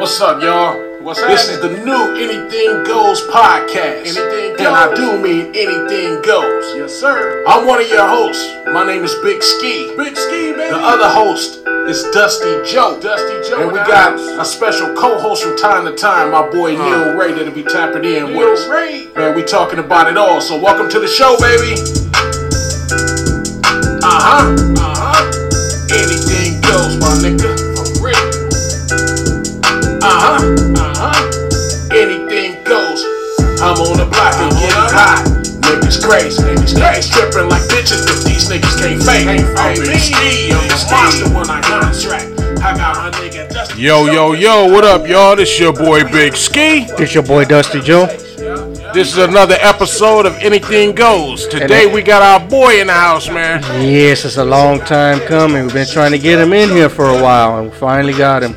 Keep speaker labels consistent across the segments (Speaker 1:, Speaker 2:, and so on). Speaker 1: What's up, y'all?
Speaker 2: What's
Speaker 1: This is the new Anything Goes podcast.
Speaker 2: Anything
Speaker 1: And I
Speaker 2: goes.
Speaker 1: do mean anything goes.
Speaker 2: Yes, sir.
Speaker 1: I'm one of your hosts. My name is Big Ski.
Speaker 2: Big ski, baby.
Speaker 1: The other host is Dusty Joe.
Speaker 2: Dusty Joe.
Speaker 1: And we
Speaker 2: in the
Speaker 1: got
Speaker 2: house.
Speaker 1: a special co-host from time to time, my boy Neil Ray, that'll be tapping in
Speaker 2: Uh-huh. Lil
Speaker 1: with us.
Speaker 2: Ray.
Speaker 1: Man, we talking about it all. So welcome to the show, baby. Uh huh.
Speaker 2: Uh huh.
Speaker 1: uh-huh. Anything goes, my nigga.
Speaker 2: For real.
Speaker 1: Uh huh.
Speaker 2: Uh huh.
Speaker 1: uh-huh. anything goes. I'm on the block and getting hot. Niggas crazy, Uh-huh. niggas crazy, tripping like bitches, but these niggas can't fake. I'm big ski, I'm the monster when I contract. I got my nigga Dusty.
Speaker 3: Yo, yo, yo, what up, y'all? This your boy Big Ski.
Speaker 4: It's your boy Dusty Joe.
Speaker 3: This is another episode of Anything Goes. Today we got our boy in the house, man.
Speaker 4: Yes, it's a long time coming. We've been trying to get him in here for a while, and we finally got him.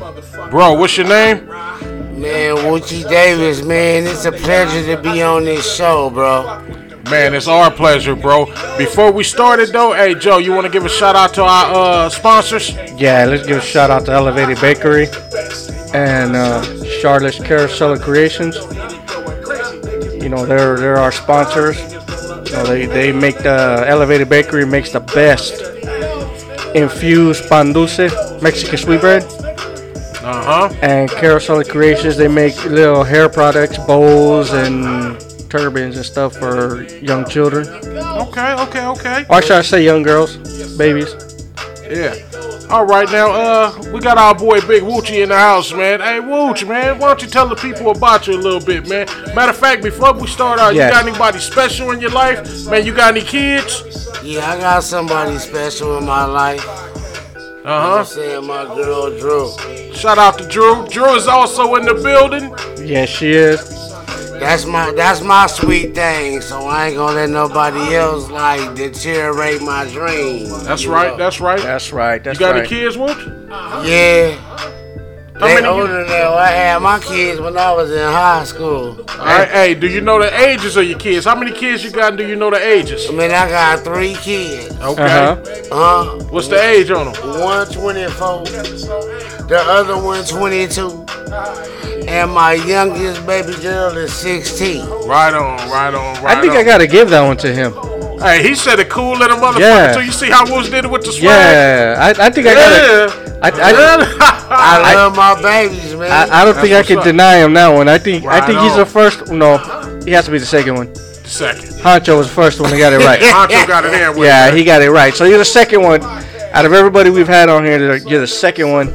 Speaker 3: Bro, what's your name?
Speaker 5: Man, Woochie Davis, man, it's a pleasure to be on this show, bro.
Speaker 3: Man, it's our pleasure, bro. Before we started though, hey Joe, you want to give a shout out to our uh, sponsors?
Speaker 4: Yeah, let's give a shout out to Elevated Bakery and uh, Charlotte's Carousel of Creations. You know, they're they're our sponsors. You know, they they make the Elevated Bakery makes the best infused pan dulce, Mexican sweetbread,
Speaker 3: Uh huh.
Speaker 4: and Carousel of Creations. They make little hair products, bowls, and turbans and stuff for young children.
Speaker 3: Okay, okay, okay.
Speaker 4: Or should I say young girls, babies?
Speaker 3: Yeah. All right, now uh, we got our boy Big Woochie in the house, man. Hey Wooch, man, why don't you tell the people about you a little bit, man? Matter of fact, before we start out,
Speaker 4: Yes.
Speaker 3: you got anybody special in your life, man? You got any kids?
Speaker 5: Yeah, I got somebody special in my life.
Speaker 3: Uh
Speaker 5: I'm saying my girl Drew.
Speaker 3: huh. Shout out to Drew. Drew is also in the building.
Speaker 4: Yes, she is.
Speaker 5: That's my that's my sweet thing. So I ain't gonna let nobody else like deteriorate my dream.
Speaker 3: That's
Speaker 5: you
Speaker 3: right.
Speaker 5: know?
Speaker 3: That's right.
Speaker 4: That's right. That's
Speaker 3: you got
Speaker 4: right.
Speaker 3: any kids, Wooch?
Speaker 5: yeah. They
Speaker 3: many you-
Speaker 5: older now. I had my kids when I was in high school.
Speaker 3: All right. Hey, do you know the ages of your kids? How many kids you got? And do you know the ages?
Speaker 5: I mean, I got three kids.
Speaker 3: Okay.
Speaker 4: Uh-huh.
Speaker 5: Huh?
Speaker 3: What's the age on them?
Speaker 5: One twenty-four, the other one twenty-two, and my youngest baby girl is 16.
Speaker 3: Right on. Right on. Right
Speaker 4: I think
Speaker 3: on.
Speaker 4: I gotta give that one to him.
Speaker 3: Hey, he said it cool little motherfucker.
Speaker 4: Yeah.
Speaker 3: So you see how Wooch did it with the swag?
Speaker 4: Yeah, I, I think I gotta.
Speaker 3: Yeah.
Speaker 4: I, I,
Speaker 5: I love my babies, man.
Speaker 4: I, I don't think I
Speaker 3: what's
Speaker 4: can
Speaker 3: up.
Speaker 4: deny him that one. I think
Speaker 3: Right
Speaker 4: I think he's the
Speaker 3: on.
Speaker 4: first. No, he has to be the second one.
Speaker 3: Second.
Speaker 4: Hancho was the first one that got it right.
Speaker 3: Honcho got it in with
Speaker 4: yeah,
Speaker 3: it.
Speaker 4: he got it right. So you're the second one out of everybody we've had on here. You're the second one.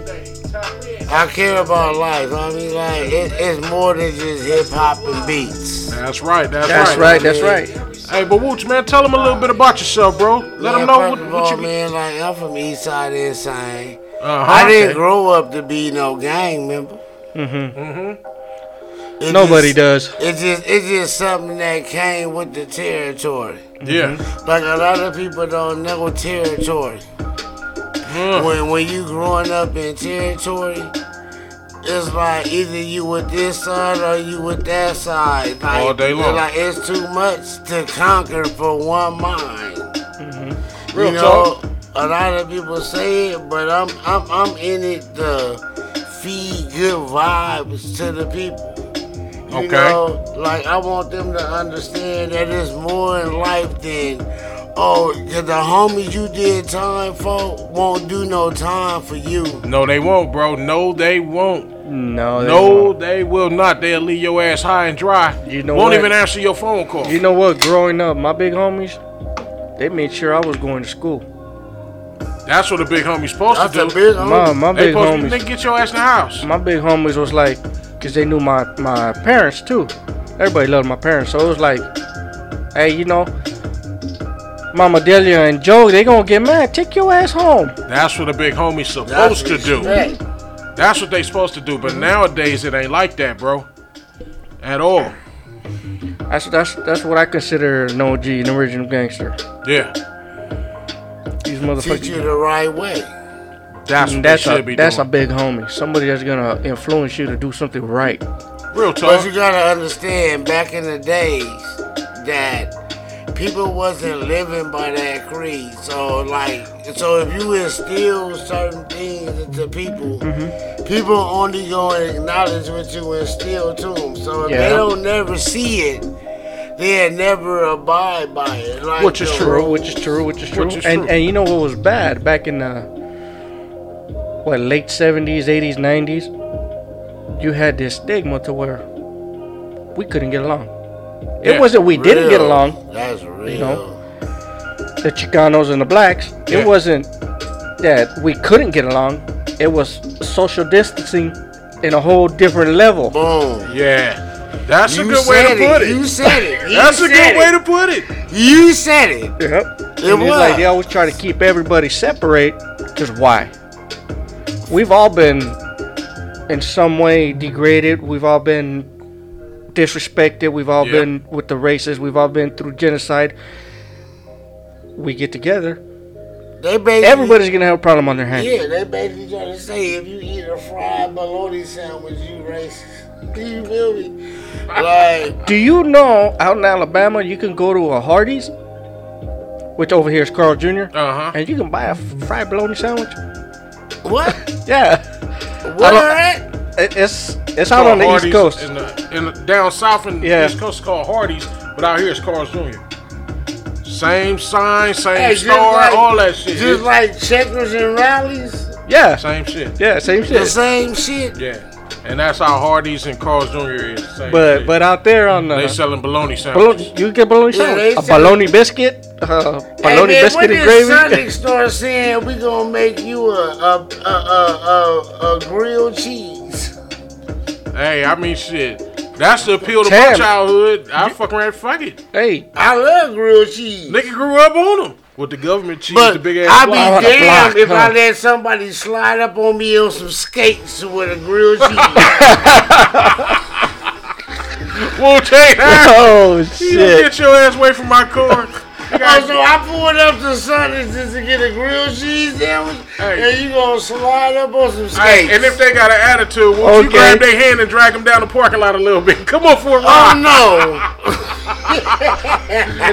Speaker 5: I care about life. I mean, like it, it's more than just hip hop and beats.
Speaker 3: That's right. That's,
Speaker 4: That's right. That's right.
Speaker 3: Hey, but Wooch, man, tell him a little bit about yourself, bro. Let him
Speaker 5: Man,
Speaker 3: know
Speaker 5: first
Speaker 3: what,
Speaker 5: of
Speaker 3: what
Speaker 5: all,
Speaker 3: you.
Speaker 5: man. Like I'm from Eastside Insane.
Speaker 3: Uh-huh.
Speaker 5: I
Speaker 3: Okay.
Speaker 5: didn't grow up to be no gang member. Mm-hmm. Mm-hmm.
Speaker 4: Nobody does.
Speaker 5: It's just it's just something that came with the territory.
Speaker 3: Yeah.
Speaker 5: Like a lot of people don't know territory. When when you growing up in territory, it's like either you with this side or you with that side. Like,
Speaker 3: All day long.
Speaker 5: Like it's too much to conquer for one mind.
Speaker 3: Mm-hmm. Real
Speaker 5: you know,
Speaker 3: talk.
Speaker 5: a lot of people say it, but I'm I'm I'm in it to feed good vibes to the people. You
Speaker 3: Okay.
Speaker 5: know, like I want them to understand that it's more in life than oh, 'cause the homies you did time for won't do no time for you.
Speaker 3: No, they won't, bro. No, they won't.
Speaker 4: No. they
Speaker 3: No,
Speaker 5: uh,
Speaker 4: won't.
Speaker 3: they will not. They'll leave your ass high and dry.
Speaker 4: You know
Speaker 3: Won't
Speaker 4: what?
Speaker 3: even answer your phone call.
Speaker 4: You know what? Growing up, my big homies, they made sure I was going to school.
Speaker 3: That's what a big homie's supposed
Speaker 5: That's
Speaker 3: to
Speaker 5: a
Speaker 3: do.
Speaker 5: big
Speaker 4: My
Speaker 5: homie.
Speaker 4: my
Speaker 3: they
Speaker 4: big
Speaker 3: supposed to
Speaker 4: homies,
Speaker 3: they get your ass in the house.
Speaker 4: my big homies was like, cause they knew my my parents too. Everybody loved my parents, so it was like, hey, you know, Mama Delia and Joe, they gonna get mad. Take your ass home.
Speaker 3: That's what a big homie's
Speaker 5: That's
Speaker 3: supposed to do.
Speaker 5: respect.
Speaker 3: That's what they supposed to do. But nowadays it ain't like that, bro. At all.
Speaker 4: That's that's that's what I consider an OG, an original gangster.
Speaker 3: Yeah.
Speaker 4: These
Speaker 5: Teach you
Speaker 4: motherfuckers.
Speaker 5: the right way.
Speaker 3: That's what
Speaker 4: That's
Speaker 3: they should
Speaker 4: a
Speaker 3: be
Speaker 4: that's a
Speaker 3: doing.
Speaker 4: big homie. Somebody that's gonna influence you to do something right.
Speaker 3: Real
Speaker 5: But
Speaker 3: talk.
Speaker 5: you gotta understand, back in the days, that people wasn't living by that creed. So like, so if you instill certain things into people,
Speaker 3: Mm-hmm.
Speaker 5: people only gonna acknowledge what you and still to them. So if
Speaker 4: Yeah.
Speaker 5: they don't never see it, they'll never abide by it. Like
Speaker 3: Which is
Speaker 5: the
Speaker 4: True,
Speaker 5: rule.
Speaker 4: which is true, which is true.
Speaker 3: Which is
Speaker 4: and
Speaker 3: true.
Speaker 4: and you know what was bad back in the what late seventies, eighties, nineties? You had this stigma to where we couldn't get along.
Speaker 3: Yeah,
Speaker 4: It wasn't we didn't get
Speaker 5: Real.
Speaker 4: along,
Speaker 5: That's real.
Speaker 4: know. the Chicanos and the blacks.
Speaker 3: Yeah.
Speaker 4: It wasn't that we couldn't get along. It was social distancing in a whole different level.
Speaker 5: Boom.
Speaker 3: Yeah, that's a
Speaker 5: You
Speaker 3: good way to
Speaker 5: said
Speaker 3: put it.
Speaker 5: You said it. You
Speaker 3: that's a
Speaker 5: said
Speaker 3: good
Speaker 5: it.
Speaker 3: way to put it.
Speaker 5: You said it.
Speaker 4: Yep.
Speaker 5: It
Speaker 4: and it's like
Speaker 5: was.
Speaker 4: they always try to keep everybody separate. Cause why? We've all been in some way degraded. We've all been disrespected. We've all
Speaker 3: Yeah.
Speaker 4: been with the races. We've all been through genocide. We get together.
Speaker 5: They basically,
Speaker 4: Everybody's gonna have a problem on their hands.
Speaker 5: Yeah, they basically trying to say if you eat a fried bologna sandwich, you racist. Do you feel me? Like
Speaker 4: Do you know out in Alabama you can go to a Hardee's, which over here is Carl Jr.
Speaker 3: Uh huh.
Speaker 4: and you can buy a fried bologna sandwich?
Speaker 5: what?
Speaker 4: Yeah.
Speaker 5: What?
Speaker 4: don't-
Speaker 5: are at?
Speaker 4: It- It's it's out on the East Coast.
Speaker 3: In the, in the, down south in the
Speaker 4: Yeah.
Speaker 3: East Coast, it's called Hardee's, but out here it's Carl's Jr. Same sign, same
Speaker 5: Hey, just
Speaker 3: store,
Speaker 5: like-
Speaker 3: all that shit.
Speaker 5: Just like checkers and rallies,
Speaker 4: Yeah.
Speaker 3: same shit.
Speaker 4: Yeah, same
Speaker 5: the
Speaker 4: shit.
Speaker 5: same shit.
Speaker 3: Yeah, and that's how Hardee's and Carl's Jr. is. Same
Speaker 4: But
Speaker 3: shit.
Speaker 4: but out there on
Speaker 3: they
Speaker 4: the
Speaker 3: selling bologna sandwiches.
Speaker 4: bologna, you get bologna
Speaker 5: Yeah,
Speaker 4: sandwich,
Speaker 5: they
Speaker 4: a
Speaker 5: sell-
Speaker 4: bologna biscuit, uh,
Speaker 5: Hey,
Speaker 4: bologna
Speaker 5: man,
Speaker 4: biscuit
Speaker 5: when
Speaker 4: and
Speaker 5: this
Speaker 4: gravy.
Speaker 5: Sonic store saying we gonna make you a a a a, a, a grilled cheese.
Speaker 3: Hey, I mean shit. That's the appeal to my
Speaker 4: Damn.
Speaker 3: childhood. I fuck around, fuck it.
Speaker 4: Hey,
Speaker 5: I love grilled cheese.
Speaker 3: Nigga grew up on them with the government cheese, the
Speaker 5: But
Speaker 3: big
Speaker 5: I'd
Speaker 3: ass.
Speaker 5: be
Speaker 3: block.
Speaker 4: block.
Speaker 5: damned
Speaker 4: Block,
Speaker 5: if I
Speaker 4: huh?
Speaker 5: let somebody slide up on me on some skates with a grilled cheese.
Speaker 3: Wu Tang.
Speaker 4: oh
Speaker 3: You don't
Speaker 4: shit!
Speaker 3: Get your ass away from my car. You
Speaker 5: oh,
Speaker 3: got-
Speaker 5: so I pulled up to Sonny's just to get a grilled cheese sandwich,
Speaker 3: Hey.
Speaker 5: and you gonna slide up on some skates.
Speaker 3: Hey, and if they got an attitude, won't you
Speaker 4: Okay. Ah,
Speaker 3: grab their hand and drag them down the parking lot a little bit? Come on for a
Speaker 5: oh
Speaker 3: ride.
Speaker 5: no,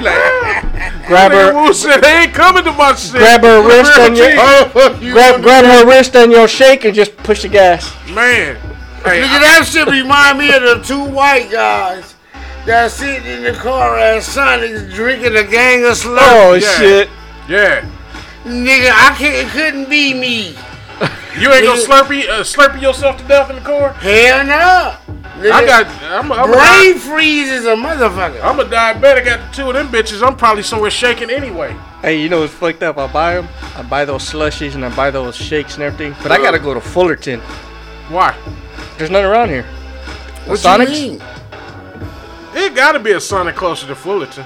Speaker 4: Grab
Speaker 3: Nigga
Speaker 4: her,
Speaker 3: Wu said, they ain't coming to my shit.
Speaker 4: grab her wrist
Speaker 3: Grilled
Speaker 4: and your Oh,
Speaker 3: cheese.
Speaker 5: Oh, You
Speaker 4: grab
Speaker 5: wanna-
Speaker 4: grab her wrist and your shake and just push the gas.
Speaker 3: Man. Hey,
Speaker 5: Nigga,
Speaker 3: I-
Speaker 5: that shit remind me of the two white guys that sitting in the car at Sonic's drinking a gang of slurp.
Speaker 4: Oh
Speaker 3: yeah.
Speaker 4: shit!
Speaker 3: yeah.
Speaker 5: Nigga, I can't, it couldn't be me.
Speaker 3: You ain't gonna
Speaker 5: Nigga-
Speaker 3: slurpy, uh, slurpy yourself to death in the car?
Speaker 5: Hell no. Nigga,
Speaker 3: I got, I'm, I'm,
Speaker 5: brain freeze is a motherfucker.
Speaker 3: I'm a diabetic after two of them bitches. I'm probably somewhere shaking anyway.
Speaker 4: Hey, you know what's fucked up? I buy them. I buy those slushies and I buy those shakes and everything. But I gotta go to Fullerton.
Speaker 3: Why?
Speaker 4: There's none around here.
Speaker 5: What
Speaker 4: Sonic's?
Speaker 5: you mean?
Speaker 3: It gotta be a Sonic closer to Fullerton.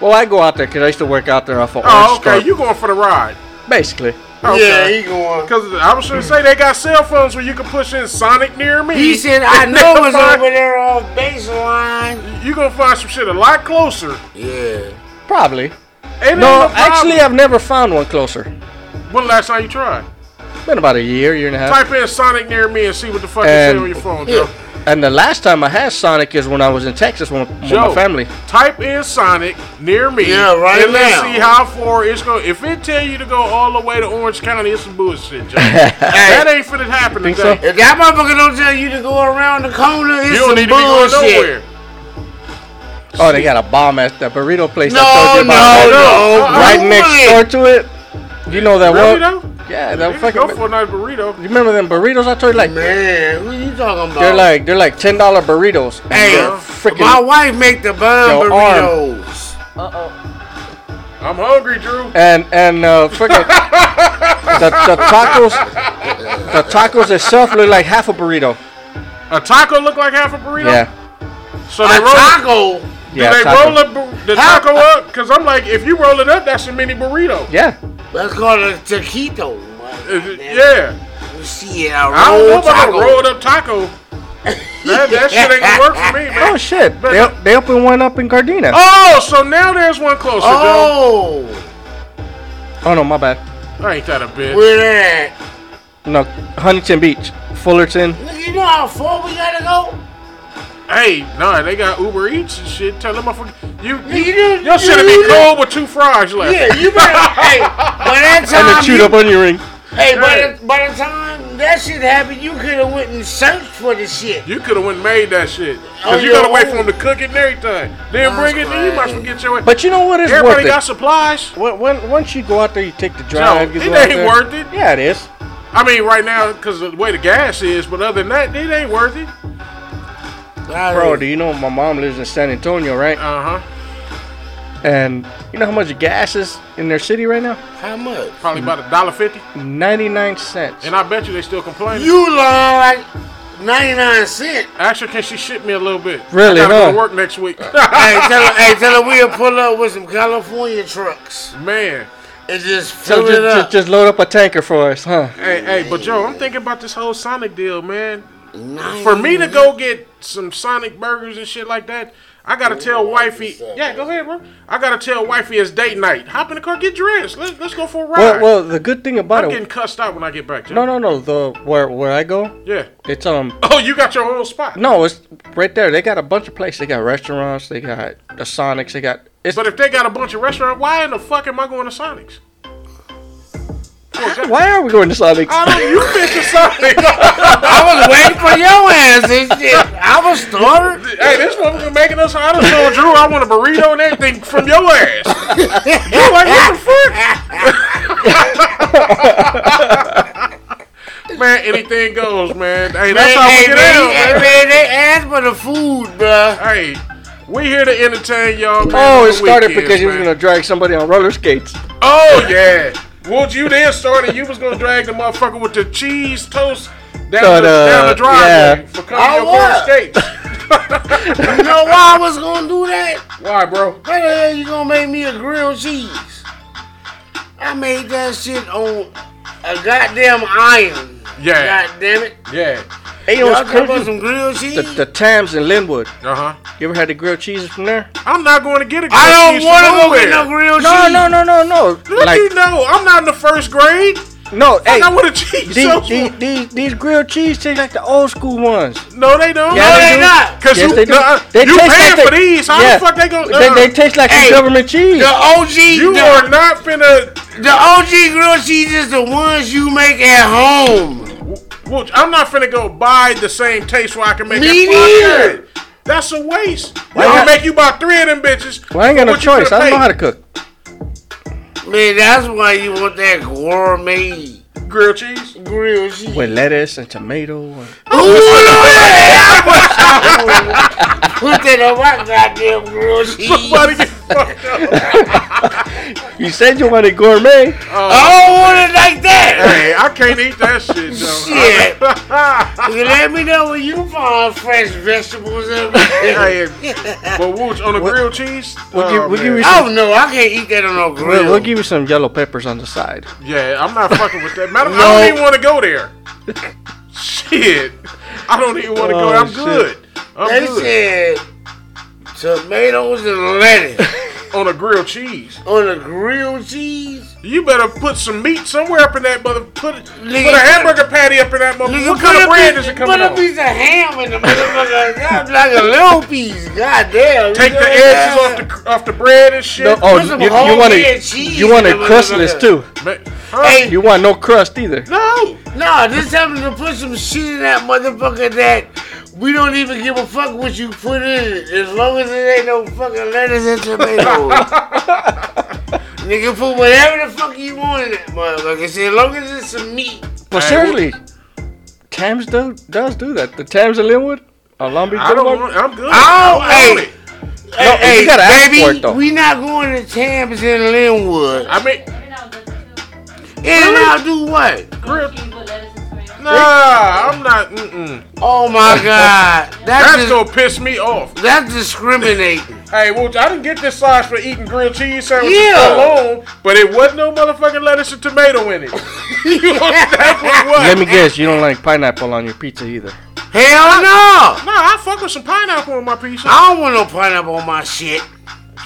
Speaker 4: Well, I go out there because I used to work out there off of
Speaker 3: Oh,
Speaker 4: Orange
Speaker 3: okay.
Speaker 4: Star.
Speaker 3: You going for the ride?
Speaker 4: Basically.
Speaker 5: Yeah,
Speaker 3: Okay.
Speaker 5: he going.
Speaker 3: Because I was gonna say they got cell phones where you can push in Sonic near me.
Speaker 5: He said, I know it's over there on baseline.
Speaker 3: You gonna find some shit a lot closer.
Speaker 5: Yeah.
Speaker 4: Probably.
Speaker 3: Ain't
Speaker 4: No,
Speaker 3: problem.
Speaker 4: actually,
Speaker 5: uh,
Speaker 4: I've never found one closer.
Speaker 3: when the last time you tried?
Speaker 4: Been about a year, year and a half.
Speaker 3: Type in Sonic near me and see what the fuck it
Speaker 4: And-
Speaker 3: say on your phone, Joe.
Speaker 4: And the last time I had Sonic is when I was in Texas with, with
Speaker 3: Joe,
Speaker 4: my family.
Speaker 3: Type in Sonic near me.
Speaker 5: Yeah, right
Speaker 3: And let's
Speaker 5: now.
Speaker 3: see how far it's going. If it tell you to go all the way to Orange County, it's some bullshit, Joe. that ain't finna happen
Speaker 4: Think
Speaker 3: today.
Speaker 4: so?
Speaker 5: If that motherfucker don't tell you to go around the corner, it's
Speaker 3: You don't
Speaker 5: some
Speaker 3: need to be going
Speaker 5: bullshit.
Speaker 3: nowhere.
Speaker 4: Oh, they got a bomb at the burrito place.
Speaker 5: No,
Speaker 4: I told you
Speaker 5: no,
Speaker 4: about.
Speaker 3: no.
Speaker 5: no.
Speaker 3: Oh,
Speaker 4: Right
Speaker 5: Who
Speaker 4: next
Speaker 5: would?
Speaker 4: door to it. You know that
Speaker 3: Really
Speaker 4: one?
Speaker 3: though?
Speaker 4: Yeah,
Speaker 3: You
Speaker 4: that
Speaker 3: can go
Speaker 4: fucking.
Speaker 3: for a nice burrito.
Speaker 4: you remember them burritos I told you? Like
Speaker 5: Man, who you talking about?
Speaker 4: they're like they're like ten dollar burritos.
Speaker 5: hey,
Speaker 3: uh,
Speaker 4: They're freaking.
Speaker 5: my wife make the
Speaker 4: Yo,
Speaker 5: bun
Speaker 4: arm.
Speaker 5: burritos.
Speaker 3: I'm hungry, Drew.
Speaker 4: and and uh, freaking the, the tacos, the tacos itself look like half a burrito.
Speaker 3: A taco look like half a burrito.
Speaker 4: Yeah,
Speaker 3: So they
Speaker 5: A
Speaker 3: roll.
Speaker 5: taco.
Speaker 3: Do
Speaker 4: yeah,
Speaker 3: they
Speaker 4: taco.
Speaker 3: roll up bu- the
Speaker 5: How-
Speaker 3: taco up? Because I'm like, if you roll it up, that's a mini burrito.
Speaker 4: yeah.
Speaker 5: That's called a taquito.
Speaker 3: Is it- Yeah.
Speaker 5: You see it, a
Speaker 3: I don't know
Speaker 5: rolled
Speaker 3: about
Speaker 5: taco.
Speaker 3: a rolled up taco. That, that shit ain't gonna work for me,
Speaker 4: Oh
Speaker 3: man.
Speaker 4: shit! They they opened one up in Gardena.
Speaker 3: Oh, so now there's one closer, oh.
Speaker 5: Oh,
Speaker 4: Oh no, my bad.
Speaker 3: Ain't that a bitch?
Speaker 5: where that?
Speaker 4: No, Huntington Beach, Fullerton.
Speaker 5: Nigga, you know how far we gotta go?
Speaker 3: Hey, nah, they got Uber Eats and shit. Tell them motherfucker, you, you,
Speaker 5: You didn't-
Speaker 3: your shit'll
Speaker 5: you
Speaker 3: be
Speaker 5: didn't-
Speaker 3: cold with two fries left.
Speaker 5: Yeah, you better. hey, by that
Speaker 4: And
Speaker 5: time,
Speaker 4: the chewed
Speaker 5: you-
Speaker 4: up onion ring.
Speaker 5: hey, by the, by the time that shit happened, you could have went and searched for the shit.
Speaker 3: You could have went and made that shit.
Speaker 5: Oh,
Speaker 3: Cause you
Speaker 5: yeah.
Speaker 3: gotta wait for them to cook it and everything. Then
Speaker 5: That's
Speaker 3: bring it, then you might as
Speaker 5: crazy.
Speaker 3: well get your.
Speaker 4: But you know what? It's
Speaker 3: Everybody
Speaker 4: worth
Speaker 3: got supplies.
Speaker 4: it. When, when, once you go out there, you take the drive.
Speaker 3: No,
Speaker 4: you
Speaker 3: it
Speaker 4: go out
Speaker 3: ain't
Speaker 4: there-
Speaker 3: worth it.
Speaker 4: Yeah, it is.
Speaker 3: I mean, right now, because of the way the gas is, but other than that, it ain't worth it.
Speaker 5: That
Speaker 4: Bro,
Speaker 5: is-
Speaker 4: do you know my mom lives in San Antonio, right?
Speaker 3: Uh huh.
Speaker 4: And you know how much gas is in their city right now?
Speaker 5: how much?
Speaker 3: Probably about a dollar fifty,
Speaker 4: 99 cents.
Speaker 3: and I bet you they still complaining.
Speaker 5: You lied. 99 cent.
Speaker 3: Ask her, can she ship me a little bit?
Speaker 4: Really,
Speaker 3: I gotta go
Speaker 4: huh?
Speaker 3: to work next week.
Speaker 5: hey, tell her, hey, tell her we'll pull up with some California trucks
Speaker 3: Man,
Speaker 5: and just
Speaker 4: so
Speaker 5: fill
Speaker 4: just,
Speaker 5: it up.
Speaker 4: just, just load up a tanker for us, huh?
Speaker 3: hey, hey, but Joe, I'm thinking about this whole Sonic deal, man.
Speaker 5: Nine-
Speaker 3: For me to go get some Sonic burgers and shit like that, I gotta tell wifey. Yeah, go ahead, bro. I gotta tell wifey it's date night. Hop in the car, get dressed. Let's, let's go for a ride.
Speaker 4: Well, well, the good thing about
Speaker 3: I'm
Speaker 4: it,
Speaker 3: getting cussed out when I get back, Joe.
Speaker 4: no, no, no, the where where I go,
Speaker 3: Yeah.
Speaker 4: it's um,
Speaker 3: Oh, you got your own spot.
Speaker 4: no, it's right there. They got a bunch of places. They got restaurants. They got the Sonics. They got it's
Speaker 3: But if they got a bunch of restaurants, why in the fuck am I going to Sonic's? Well, God-
Speaker 4: Why are we going to Sonics?
Speaker 3: I don't. You mentioned Sonic.
Speaker 5: I was waiting for your ass and shit. I was starving.
Speaker 3: hey, this motherfucker making us. I done told Drew I want a burrito and everything from your ass. you like what the fuck? man, anything goes, man. Hey, that's how
Speaker 5: hey,
Speaker 3: we get
Speaker 5: man, hey,
Speaker 3: down. man.
Speaker 5: man, they asked for the food, bruh.
Speaker 3: Hey, we here to entertain y'all. Man, on
Speaker 4: Oh,
Speaker 3: the
Speaker 4: it started
Speaker 3: weekends,
Speaker 4: because you was
Speaker 3: man.
Speaker 4: gonna drag somebody on roller skates.
Speaker 3: Oh yeah. Would you then started? You was gonna drag the motherfucker with the cheese toast down,
Speaker 4: But,
Speaker 3: the, down
Speaker 4: uh,
Speaker 3: the driveway
Speaker 4: yeah.
Speaker 3: for
Speaker 5: I
Speaker 3: coming up
Speaker 5: was.
Speaker 3: skates.
Speaker 5: You know why I was gonna do that?
Speaker 3: Why, bro?
Speaker 5: How the hell you gonna make me a grilled cheese? I made that shit on a goddamn iron.
Speaker 3: Yeah.
Speaker 5: God damn it.
Speaker 3: Yeah.
Speaker 4: Hey,
Speaker 5: Y'all
Speaker 4: yo, it's
Speaker 5: talking about
Speaker 4: crazy.
Speaker 5: some grilled cheese?
Speaker 4: The, the Tams in Linwood.
Speaker 3: Uh huh.
Speaker 4: You ever had the grilled cheeses from there?
Speaker 3: I'm not going to get a grilled
Speaker 5: I
Speaker 3: cheese
Speaker 5: don't
Speaker 3: from
Speaker 5: wanna go get
Speaker 3: nowhere.
Speaker 5: no grilled
Speaker 4: No,
Speaker 5: cheese.
Speaker 4: no, no, no, no.
Speaker 3: Let
Speaker 4: Like
Speaker 3: you know, I'm not in the first grade.
Speaker 4: no, hey,
Speaker 3: Hey, I want a cheese.
Speaker 4: these,
Speaker 3: toast.
Speaker 4: these, these, these grilled cheese taste like the old school ones.
Speaker 3: no, they don't.
Speaker 4: Yeah,
Speaker 3: no,
Speaker 4: they do.
Speaker 3: not. Cause
Speaker 4: Yes,
Speaker 3: you,
Speaker 4: they do.
Speaker 3: nuh-uh.
Speaker 4: They
Speaker 3: you
Speaker 4: taste
Speaker 3: paying
Speaker 4: like
Speaker 3: for
Speaker 4: they-
Speaker 3: these? How
Speaker 4: yeah.
Speaker 3: the fuck they gonna?
Speaker 4: They,
Speaker 3: uh,
Speaker 4: they taste like
Speaker 5: Hey.
Speaker 4: some government cheese.
Speaker 5: The OG,
Speaker 3: you
Speaker 5: the,
Speaker 3: are not finna.
Speaker 5: the OG grilled cheese is the ones you make at home.
Speaker 3: Well, I'm not finna go buy the same taste where I can make
Speaker 5: Me
Speaker 3: that.
Speaker 5: neither.
Speaker 3: fuck that. That's a waste.
Speaker 4: Why
Speaker 3: Y'all
Speaker 4: not?
Speaker 3: make you buy three of them bitches.
Speaker 4: Well, I ain't got
Speaker 3: for
Speaker 4: no
Speaker 3: what you finna
Speaker 4: choice. I don't
Speaker 3: pay.
Speaker 4: know how to cook.
Speaker 5: Man, that's why you want that gourmet
Speaker 3: grilled cheese.
Speaker 5: grilled cheese.
Speaker 4: With lettuce and tomato. And...
Speaker 5: Ooh, Lord, that was- Put that on my goddamn grilled cheese.
Speaker 3: Somebody get fucked up.
Speaker 4: You said you wanted gourmet.
Speaker 5: I
Speaker 4: Oh.
Speaker 5: don't want it like that.
Speaker 3: Hey, I can't eat that shit,
Speaker 5: Shit.
Speaker 3: though.
Speaker 5: You let me know when you find fresh vegetables and
Speaker 3: hey, but Wooch, on the grilled cheese?
Speaker 4: We'll give-
Speaker 3: Oh,
Speaker 4: we'll
Speaker 3: man.
Speaker 4: give you-
Speaker 5: Oh no, I can't eat that on no grill.
Speaker 4: We'll, we'll give you some yellow peppers on the side.
Speaker 3: yeah, I'm not fucking with that. Madam, I don't even want to go there. shit. I don't even want to go
Speaker 4: Oh,
Speaker 3: there. I'm
Speaker 4: shit.
Speaker 3: good. I'm
Speaker 5: they
Speaker 3: good.
Speaker 5: said tomatoes and lettuce
Speaker 3: On a grilled cheese.
Speaker 5: on a grilled cheese.
Speaker 3: You better put some meat somewhere up in that mother. Put, put
Speaker 5: Nigga,
Speaker 3: a hamburger patty up in that mother.
Speaker 5: Nigga,
Speaker 3: What
Speaker 5: put
Speaker 3: kind
Speaker 5: a
Speaker 3: of bread
Speaker 5: piece-
Speaker 3: is it coming
Speaker 5: Put a
Speaker 3: on?
Speaker 5: piece of ham in the motherfucker. That's like a little piece. Goddamn.
Speaker 3: Take the edges off the off the bread and shit.
Speaker 4: No, oh,
Speaker 5: Put
Speaker 4: you,
Speaker 5: some
Speaker 4: you
Speaker 5: homemade
Speaker 4: want it?
Speaker 5: cheese
Speaker 4: You want it
Speaker 5: in the motherfucker.
Speaker 4: crustless too?
Speaker 3: Man, huh?
Speaker 5: Hey.
Speaker 4: You want no crust either?
Speaker 3: no.
Speaker 5: Nah, this happened to put some shit in that motherfucker that we don't even give a fuck what you put in it, as long as it ain't no fucking lettuce and tomatoes. Nigga, put whatever the fuck you want in that motherfucker. See, as long as it's some meat.
Speaker 4: But
Speaker 3: Hey,
Speaker 4: seriously, Tams do, does do that. The Tams in Linwood, on Long Beach
Speaker 3: I don't
Speaker 4: Boulevard?
Speaker 3: want. I'm good.
Speaker 5: Oh,
Speaker 3: I don't want
Speaker 5: hey.
Speaker 3: it.
Speaker 5: Hey, hey,
Speaker 4: you gotta ask
Speaker 5: baby,
Speaker 4: for it, though.
Speaker 5: we not going to Tampa in Linwood.
Speaker 3: I mean,
Speaker 5: And I'll do what?
Speaker 3: grilled. Nah, I'm not. Mm-mm.
Speaker 5: Oh my god, that's
Speaker 3: That's
Speaker 5: dis-
Speaker 3: gonna piss me off.
Speaker 5: that's discriminating.
Speaker 3: Hey, Wooch, I didn't get this size for eating grilled cheese sandwiches
Speaker 5: Yeah.
Speaker 3: alone, but it wasn't no motherfucking lettuce and tomato in it. you know, that's what it was.
Speaker 4: Let me guess, you don't like pineapple on your pizza either.
Speaker 5: Hell no,
Speaker 3: Nah, I fuck with some pineapple on my pizza.
Speaker 5: I don't want no pineapple on my shit.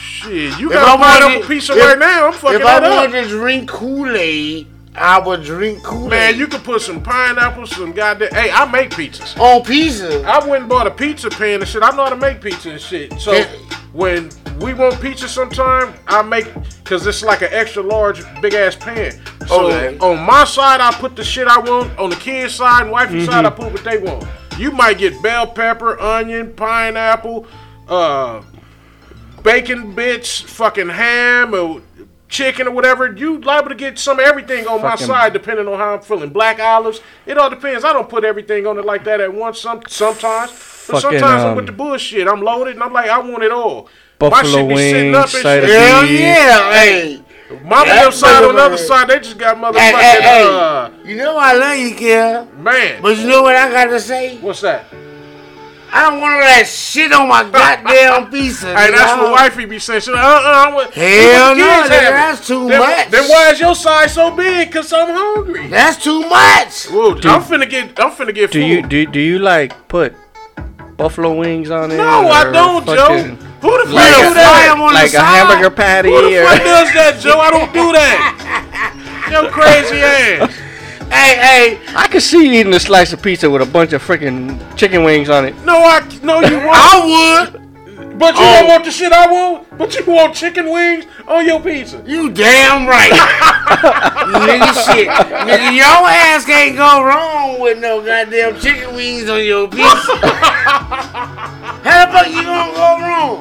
Speaker 3: Shit, you
Speaker 5: If I
Speaker 3: got a pineapple
Speaker 5: wanted-
Speaker 3: pizza
Speaker 5: if-
Speaker 3: right now. I'm fucking
Speaker 5: If I
Speaker 3: that up.
Speaker 5: wanted to drink Kool Aid, I would drink Kool Aid.
Speaker 3: Man, you could put some pineapple, some goddamn. Hey, I make pizzas.
Speaker 5: on pizza.
Speaker 3: I went and bought a pizza pan and shit. I know how to make pizza and shit. So
Speaker 5: Yeah.
Speaker 3: when we want pizza sometime, I make. Cause because it's like an extra large, big ass pan. So
Speaker 5: Okay.
Speaker 3: on my side, I put the shit I want. On the kids' side and wifey's
Speaker 5: Mm-hmm.
Speaker 3: side, I put what they want. You might get bell pepper, onion, pineapple, uh, bacon bits, fucking ham, or chicken or whatever. You liable to get some of everything on
Speaker 4: Fucking-
Speaker 3: my side, depending on how I'm feeling. Black olives. It all depends. I don't put everything on it like that at once. Some sometimes, but
Speaker 4: Fucking,
Speaker 3: sometimes I'm
Speaker 4: um,
Speaker 3: with the bullshit. I'm loaded and I'm like, I want it all. my
Speaker 4: Buffalo
Speaker 3: shit be sitting up
Speaker 4: wings,
Speaker 3: and
Speaker 4: cider
Speaker 3: shit.
Speaker 4: beans.
Speaker 5: Hell yeah, hey.
Speaker 3: Mama
Speaker 5: That
Speaker 3: them side on the other
Speaker 5: motherfucker-
Speaker 3: side, they just got motherfucking
Speaker 5: Hey, hey, hey.
Speaker 3: uh
Speaker 5: You know I love you, girl.
Speaker 3: man.
Speaker 5: But you know what I gotta say?
Speaker 3: What's that?
Speaker 5: I don't want all that shit on my goddamn pizza.
Speaker 3: Hey, that's
Speaker 5: nigga.
Speaker 3: what wifey be saying. She like, uh uh I want-
Speaker 5: Hell
Speaker 3: what the
Speaker 5: no,
Speaker 3: kids
Speaker 5: nigga,
Speaker 3: having?
Speaker 5: that's too
Speaker 3: then,
Speaker 5: much.
Speaker 3: Then why is your side so big? Cause I'm hungry.
Speaker 5: That's too much.
Speaker 3: Ooh, I'm finna get. I'm finna get
Speaker 4: Do
Speaker 3: food.
Speaker 4: you do do you like put buffalo wings on it?
Speaker 3: no, I
Speaker 4: or
Speaker 3: don't,
Speaker 4: fucking-
Speaker 3: Joe. Who the fuck do
Speaker 5: Like a
Speaker 3: that?
Speaker 5: fire on the
Speaker 4: Like a
Speaker 5: side.
Speaker 4: hamburger patty
Speaker 3: Who the
Speaker 4: or
Speaker 3: fuck does that, Joe? I don't do that. Yo, crazy ass.
Speaker 5: Hey, hey,
Speaker 4: I could see you eating a slice of pizza with a bunch of freaking chicken wings on it.
Speaker 3: No, I no you won't.
Speaker 5: I would.
Speaker 3: But you
Speaker 5: Oh.
Speaker 3: don't want the shit I want. But you want chicken wings on your pizza.
Speaker 5: You damn right. nigga shit. Nigga, your ass can't go wrong with no goddamn chicken wings on your pizza. How the fuck you gonna go wrong?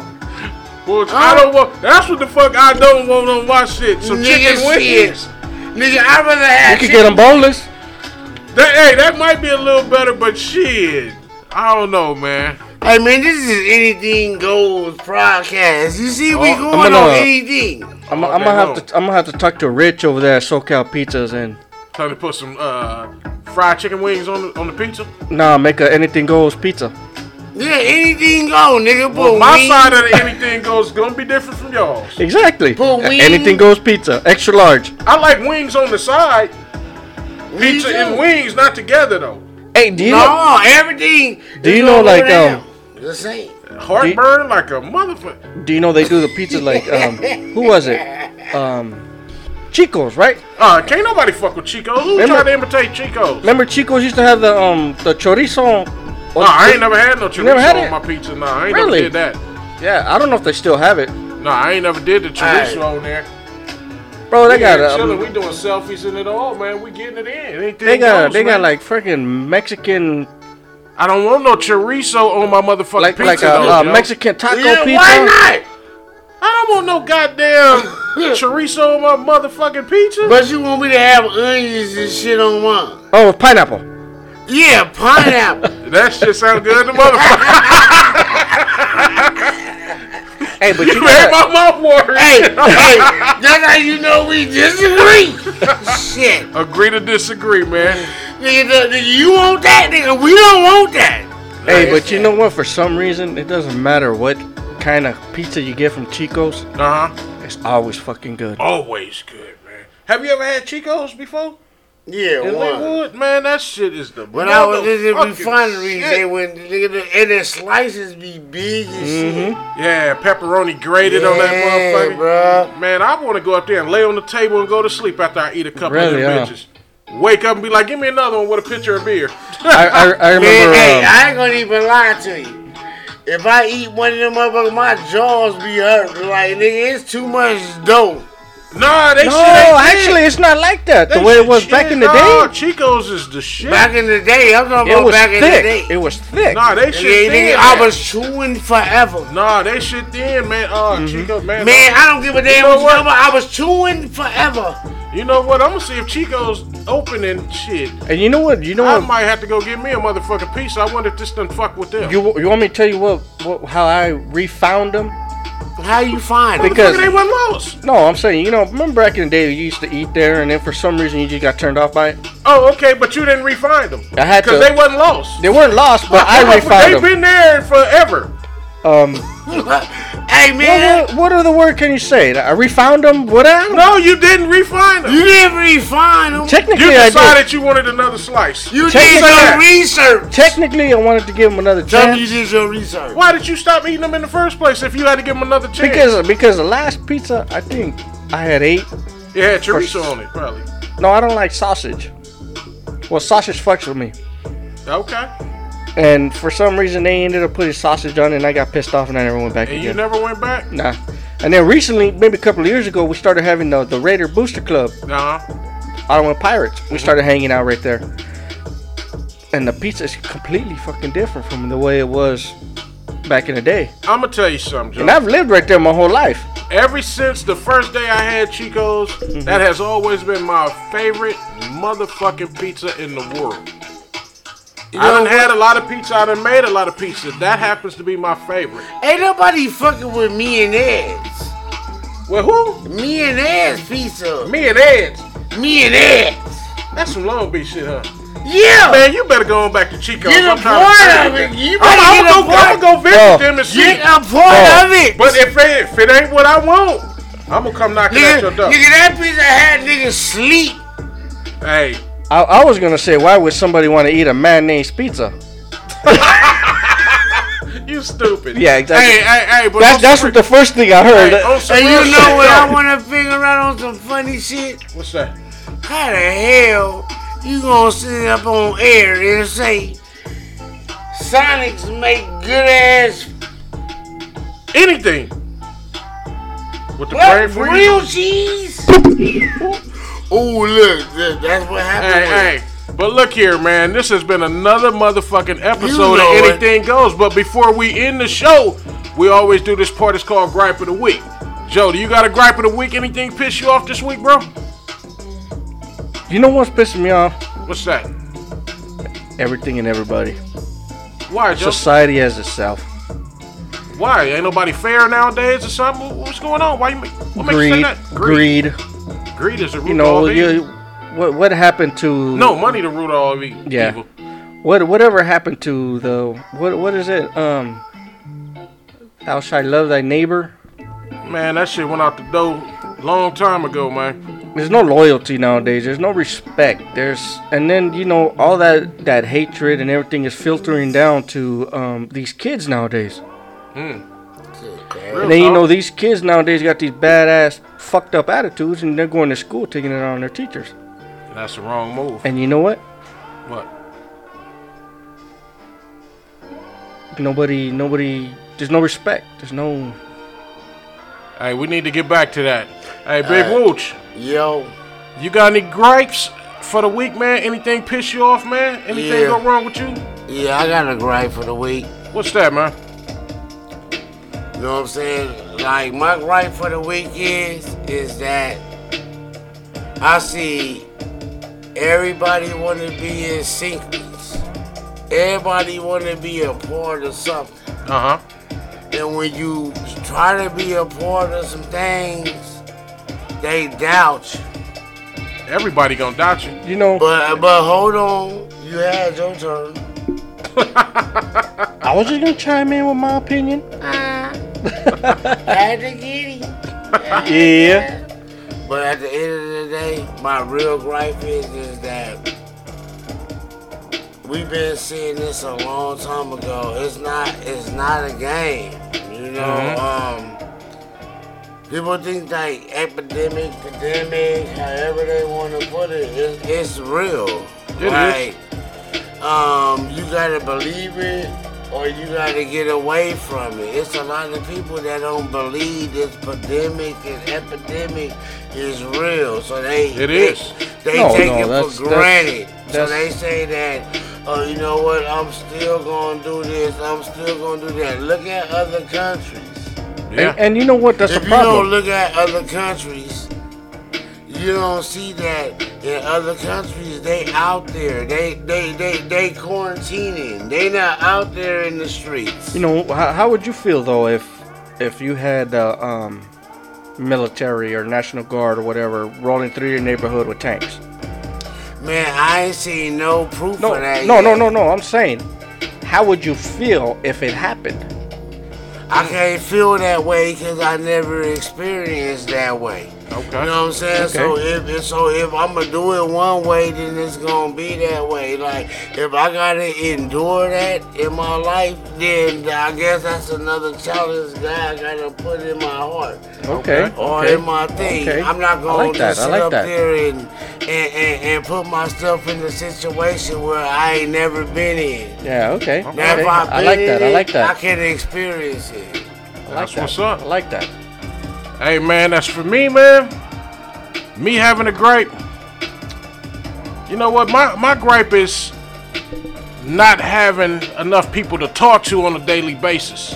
Speaker 3: Well, I don't want. That's what the fuck I don't want on my shit. Some
Speaker 5: nigga
Speaker 3: chicken wings.
Speaker 5: shit. Nigga, I'd rather
Speaker 4: You
Speaker 5: have
Speaker 4: could get
Speaker 5: chicken-
Speaker 4: them boneless.
Speaker 3: That, hey, that might be a little better, but shit, I don't know, man.
Speaker 5: Hey man, this is anything goes podcast. You see, we
Speaker 4: Oh, I'm
Speaker 5: going
Speaker 4: gonna-
Speaker 5: on anything.
Speaker 4: I'm,
Speaker 3: Okay,
Speaker 4: I'm gonna have
Speaker 3: no.
Speaker 4: to I'm gonna have to talk to Rich over there at SoCal Pizzas and
Speaker 3: Time to put some uh, fried chicken wings on the, on the pizza.
Speaker 4: nah make a anything goes pizza.
Speaker 5: Yeah, anything go, nigga. Put
Speaker 3: Well, my
Speaker 5: wings-
Speaker 3: side of the anything goes gonna be different from y'all's.
Speaker 4: Exactly.
Speaker 5: Put
Speaker 4: A-
Speaker 5: wings-
Speaker 4: Anything goes pizza. Extra large.
Speaker 3: I like wings on the side, pizza and wings not together though.
Speaker 4: Hey, do you know,
Speaker 5: No, everything.
Speaker 4: Do you
Speaker 5: is
Speaker 4: know,
Speaker 5: over
Speaker 4: like,
Speaker 5: there.
Speaker 4: um,
Speaker 5: the same.
Speaker 3: Heartburn like a motherfucker.
Speaker 4: do you know they do the pizza like um who was it? Um Chico's, right?
Speaker 3: Uh, can't nobody fuck with Chico. Who
Speaker 4: Remember-
Speaker 3: tried to imitate Chico?
Speaker 4: Remember Chico's used to have the um the chorizo.
Speaker 3: No, I ain't never had no chorizo
Speaker 4: never had
Speaker 3: on
Speaker 4: it?
Speaker 3: my pizza. Nah, I ain't
Speaker 4: Really?
Speaker 3: never did that.
Speaker 4: Yeah, I don't know if they still have it,
Speaker 3: Nah, I ain't never did the chorizo on there.
Speaker 4: bro. They got
Speaker 3: we
Speaker 4: a,
Speaker 3: chilling. We doing selfies and it all, man. We getting it in. Anything
Speaker 4: they got
Speaker 3: goes,
Speaker 4: they got
Speaker 3: man.
Speaker 4: like freaking Mexican
Speaker 3: I don't want no chorizo on my motherfucking
Speaker 4: like
Speaker 3: pizza.
Speaker 4: like a
Speaker 3: though,
Speaker 4: uh,
Speaker 3: yo.
Speaker 4: Mexican taco
Speaker 5: Yeah,
Speaker 4: pizza.
Speaker 5: why not?
Speaker 3: I don't want no goddamn chorizo on my motherfucking pizza.
Speaker 5: But you want me to have onions and shit on one?
Speaker 4: Oh, pineapple.
Speaker 5: Yeah, pineapple.
Speaker 3: that shit sound good to motherfucker.
Speaker 4: Hey, but you
Speaker 3: you made
Speaker 4: gotta,
Speaker 3: my mouth water.
Speaker 5: hey, hey, that's how you know we disagree. shit,
Speaker 3: Agree to disagree, man.
Speaker 5: nigga, the- nigga, you want that, nigga? We don't want that.
Speaker 4: hey, but you know what? For some reason, it doesn't matter what kind of pizza you get from Chico's.
Speaker 3: Uh huh.
Speaker 4: It's always fucking good.
Speaker 3: Always good, man. Have you ever had Chico's before?
Speaker 5: Yeah,
Speaker 3: In
Speaker 5: one.
Speaker 3: Lakewood, man, that shit is the
Speaker 5: When I was in the
Speaker 3: motherfucking
Speaker 5: refinery,
Speaker 3: shit.
Speaker 5: they went, nigga, the- and the slices be big and shit.
Speaker 4: Mm-hmm.
Speaker 3: Yeah, pepperoni grated on that motherfucker.
Speaker 5: bro.
Speaker 3: Man, I want to go up there and lay on the table and go to sleep after I eat a couple
Speaker 4: Really,
Speaker 3: of
Speaker 4: yeah.
Speaker 3: them bitches. Wake up and be like, give me another one with a pitcher of beer.
Speaker 4: I, I, I
Speaker 5: Man,
Speaker 4: remember.
Speaker 5: hey,
Speaker 4: um,
Speaker 5: I ain't gonna even lie to you. If I eat one of them motherfuckers, my jaws be hurt. Like, nigga, it's too much dough.
Speaker 3: nah, they
Speaker 4: no,
Speaker 3: shit ain't
Speaker 4: actually,
Speaker 3: shit.
Speaker 4: it's not like that. The
Speaker 3: They
Speaker 4: way it
Speaker 3: shit
Speaker 4: was back
Speaker 3: is.
Speaker 4: in the
Speaker 3: Nah,
Speaker 4: day,
Speaker 3: Chico's is the shit.
Speaker 5: Back in the day, I'm talking
Speaker 4: it
Speaker 5: about
Speaker 4: was
Speaker 5: back in
Speaker 4: thick.
Speaker 5: the
Speaker 4: It
Speaker 5: day.
Speaker 4: was thick.
Speaker 3: nah, they shit
Speaker 5: Yeah, nigga,
Speaker 3: thin.
Speaker 5: I
Speaker 3: man.
Speaker 5: was chewing forever.
Speaker 3: Nah, they shit thin, man. Oh, Chico, man. uh,
Speaker 5: Man, I don't give a damn
Speaker 3: know
Speaker 5: what you
Speaker 3: what?
Speaker 5: talking about. I was chewing forever.
Speaker 3: You know what? I'm gonna see if Chico's open and shit.
Speaker 4: And you know what? You know
Speaker 3: I
Speaker 4: what?
Speaker 3: might have to go get me a motherfucking piece. I wonder if this done fuck with them.
Speaker 4: You, you want me to tell you what, what how I refound them?
Speaker 5: How you find it?
Speaker 4: Because-
Speaker 3: Look, they went lost.
Speaker 4: No, I'm saying you know remember back in the day you used to eat there, and then for some reason you just got turned off by it.
Speaker 3: Oh, okay, but you didn't refine them.
Speaker 4: I had
Speaker 3: Because
Speaker 4: to-
Speaker 3: they wasn't lost.
Speaker 4: They weren't lost, but I
Speaker 3: They've
Speaker 4: refound them.
Speaker 3: been there forever.
Speaker 4: Um,
Speaker 5: hey, man,
Speaker 4: what, what other word can you say? I refound them. What? I don't-
Speaker 3: No, you didn't refine them.
Speaker 5: you didn't refine them.
Speaker 4: Technically,
Speaker 3: You
Speaker 4: I did.
Speaker 3: decided you wanted another slice.
Speaker 5: you
Speaker 4: check
Speaker 5: did
Speaker 4: it
Speaker 5: your
Speaker 4: out.
Speaker 5: research.
Speaker 4: Technically, I wanted to give them another
Speaker 5: Tell me you
Speaker 4: chance
Speaker 5: did your research.
Speaker 3: Why did you stop eating them in the first place if you had to give them another chance?
Speaker 4: because because the last pizza I think I had eight.
Speaker 3: it had chorizo on it, probably.
Speaker 4: No, I don't like sausage. Well, sausage fucks with me,
Speaker 3: Okay.
Speaker 4: and for some reason they ended up putting sausage on, it and I got pissed off, and I never went back
Speaker 3: And you
Speaker 4: again.
Speaker 3: never went back?
Speaker 4: nah, And then recently, maybe a couple of years ago, we started having the, the Raider Booster Club,
Speaker 3: Nah.
Speaker 4: Ottawa Pirates. We started hanging out right there. And the pizza is completely fucking different from the way it was back in the day.
Speaker 3: I'm gonna tell you something,
Speaker 4: And
Speaker 3: Joe.
Speaker 4: I've lived right there my whole life.
Speaker 3: Ever since the first day I had Chico's, that has always been my favorite motherfucking pizza in the world. I done had a lot of pizza. I done made a lot of pizza. That happens to be my favorite.
Speaker 5: Ain't nobody fucking with me and Ed's.
Speaker 3: Well, who?
Speaker 5: Me and Ed's pizza.
Speaker 3: Me and Ed's.
Speaker 5: Me and Ed's.
Speaker 3: That's some Long Beach shit, huh?
Speaker 5: Yeah.
Speaker 3: Man, you better go on back to Chico's.
Speaker 5: Get a
Speaker 3: I'm
Speaker 5: part
Speaker 3: tired
Speaker 5: of
Speaker 3: saying
Speaker 5: it. You
Speaker 3: that. I'm,
Speaker 5: better
Speaker 3: I'm, gonna,
Speaker 5: get a
Speaker 3: go- I'm gonna go visit
Speaker 4: Bro.
Speaker 3: them and see.
Speaker 5: Get a part
Speaker 4: Oh.
Speaker 5: of it.
Speaker 3: But if it, if it ain't what I want, I'm gonna come knocking at
Speaker 5: Nigga,
Speaker 3: your door.
Speaker 5: nigga, that pizza had niggas sleep.
Speaker 3: Hey,
Speaker 4: I, I was gonna say, why would somebody want to eat a mayonnaise pizza?
Speaker 3: you stupid.
Speaker 4: Yeah, exactly.
Speaker 3: Hey, hey, hey, but
Speaker 4: That's
Speaker 3: on
Speaker 4: that's
Speaker 3: some
Speaker 4: what the first thing I heard.
Speaker 3: real- hey, on some
Speaker 5: And
Speaker 3: real
Speaker 5: you
Speaker 3: shit,
Speaker 5: know what I
Speaker 3: yo.
Speaker 5: want to figure out on some funny shit?
Speaker 3: What's that?
Speaker 5: How the hell you gonna sit up on air and say Sonics make good ass
Speaker 3: Anything. With the
Speaker 5: what,
Speaker 3: brain freeze.
Speaker 5: real cheese? oh look, that- that's what happened.
Speaker 3: Hey, hey. But look here, man. This has been another motherfucking episode
Speaker 5: know
Speaker 3: of
Speaker 5: it.
Speaker 3: Anything Goes. But before we end the show, we always do this part. It's called Gripe of the Week. Joe, do you got a gripe of the week? Anything piss you off this week, bro?
Speaker 4: you know what's pissing me off?
Speaker 3: What's that?
Speaker 4: Everything and everybody.
Speaker 3: Why, Joe?
Speaker 4: Society as itself.
Speaker 3: Why? Ain't nobody fair nowadays or something? What- What's going on? Why you make, what makes you say
Speaker 4: Greed,
Speaker 3: that?
Speaker 4: greed,
Speaker 3: Greed. Greed is the root
Speaker 4: You
Speaker 3: of all
Speaker 4: know,
Speaker 3: evil.
Speaker 4: you, what what happened to
Speaker 3: No, money the root of all e-
Speaker 4: Yeah.
Speaker 3: evil.
Speaker 4: What whatever happened to the what what is it? Um, thou shalt love thy neighbor.
Speaker 3: Man, that shit went out the door long time ago, man.
Speaker 4: There's no loyalty nowadays. There's no respect. There's and then you know all that that hatred and everything is filtering down to um, these kids nowadays.
Speaker 3: Real
Speaker 4: And then you
Speaker 3: talk.
Speaker 4: know these kids nowadays got these badass fucked up attitudes, and they're going to school taking it out on their teachers.
Speaker 3: That's the wrong move.
Speaker 4: And you know what?
Speaker 3: What?
Speaker 4: Nobody nobody. There's no respect. There's no.
Speaker 3: Hey, we need to get back to that. Hey, Big Wooch,
Speaker 5: Yo,
Speaker 3: you got any gripes for the week, man? Anything piss you off, man? Anything
Speaker 5: Yeah.
Speaker 3: go wrong with you?
Speaker 5: yeah, I got a gripe for the week.
Speaker 3: What's that, man?
Speaker 5: You know what I'm saying? Like my gripe for the week is is that I see everybody want to be in sync. Everybody want to be a part of something,
Speaker 3: Uh huh.
Speaker 5: and when you try to be a part of some things, they doubt you.
Speaker 3: Everybody gonna doubt you.
Speaker 4: You know.
Speaker 5: But but hold on, you had your turn.
Speaker 4: I was just gonna chime in with my opinion.
Speaker 5: Had to get it.
Speaker 4: Yeah.
Speaker 5: But at the end of the day, my real gripe is is that we've been seeing this a long time ago. It's not it's not a game. You know, um people think like epidemic, pandemic, however they wanna put it, it it's real.
Speaker 3: It is.
Speaker 5: like um you gotta believe it or you gotta get away from it. It's a lot of people that don't believe this pandemic and epidemic is real. So they
Speaker 3: It
Speaker 5: they-
Speaker 3: is.
Speaker 5: They,
Speaker 4: No,
Speaker 5: take
Speaker 4: no,
Speaker 5: it
Speaker 4: that's-
Speaker 5: for
Speaker 4: that's-
Speaker 5: granted. so
Speaker 4: that's-
Speaker 5: they say that, oh, you know what? I'm still gonna do this. I'm still gonna do that. Look at other countries.
Speaker 3: Yeah.
Speaker 4: And, and you know what? That's
Speaker 5: if
Speaker 4: the
Speaker 5: you don't
Speaker 4: problem.
Speaker 5: look at other countries, you don't see that in other countries they out there. They they they they quarantining. They not out there in the streets.
Speaker 4: You know, how, how would you feel though if if you had uh, um, military or national guard or whatever rolling through your neighborhood with tanks?
Speaker 5: Man, I ain't seen no proof
Speaker 4: No,
Speaker 5: of that.
Speaker 4: no,
Speaker 5: yet.
Speaker 4: no, no, no. I'm saying, how would you feel if it happened?
Speaker 5: I can't feel that way because I never experienced that way. You
Speaker 3: Okay.
Speaker 5: know what I'm saying? So
Speaker 4: Okay.
Speaker 5: if if- so, if I'm gonna do it one way, then it's gonna be that way. Like if I gotta endure that in my life, then I guess that's another challenge that I gotta put in my heart
Speaker 4: Okay. Okay.
Speaker 5: or in my thing.
Speaker 4: Okay.
Speaker 5: I'm not
Speaker 4: I
Speaker 5: gonna
Speaker 4: like that,
Speaker 5: just
Speaker 4: I
Speaker 5: sit
Speaker 4: like
Speaker 5: up
Speaker 4: that.
Speaker 5: there and and, and and put myself in a situation where I ain't never been in.
Speaker 4: Yeah. Okay.
Speaker 5: Now,
Speaker 4: okay.
Speaker 5: if I've
Speaker 4: I like
Speaker 5: been
Speaker 4: that.
Speaker 5: in
Speaker 4: I
Speaker 5: it,
Speaker 4: like
Speaker 5: I
Speaker 4: that.
Speaker 5: can experience it.
Speaker 4: I like
Speaker 3: That's
Speaker 4: that.
Speaker 3: what's up.
Speaker 4: I like that.
Speaker 3: Hey man, that's for me, man. Me having a gripe. You know what? My my gripe is not having enough people to talk to on a daily basis.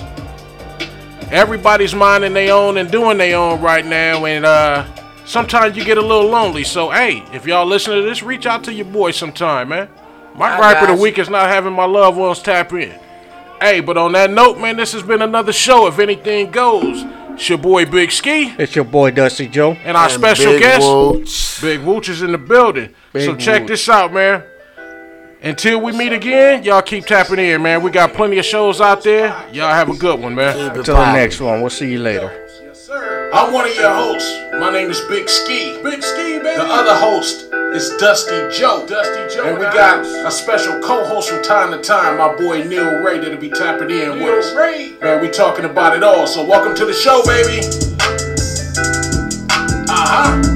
Speaker 3: Everybody's minding their own and doing their own right now, and uh, sometimes you get a little lonely. So hey, if y'all listen to this, reach out to your boy sometime, man. My
Speaker 5: I
Speaker 3: gripe of
Speaker 5: got
Speaker 3: the
Speaker 5: you.
Speaker 3: week is not having my loved ones tap in. Hey, but on that note, man, this has been another show. If anything goes, it's your boy Big Ski
Speaker 4: It's your boy Dusty Joe.
Speaker 3: and our
Speaker 5: And
Speaker 3: special
Speaker 5: Big
Speaker 3: guest,
Speaker 5: Wooch.
Speaker 3: Big Wooch, is in the building. so
Speaker 4: Big
Speaker 3: check
Speaker 4: Wooch.
Speaker 3: this out, man. Until we meet again, y'all keep tapping in, man. We got plenty of shows out there. Y'all have a good one, man.
Speaker 5: Keep it
Speaker 4: Till the
Speaker 5: poppin'.
Speaker 4: next one. We'll see you later.
Speaker 1: I'm one of your hosts. My name is Big Ski. Big Ski, baby. The other host is Dusty Joe. Dusty Joe. And we got a special co-host from time to time, my boy Neil Ray, that'll be tapping in with us. Man, we talking about it all. So welcome to the show, baby. Uh huh.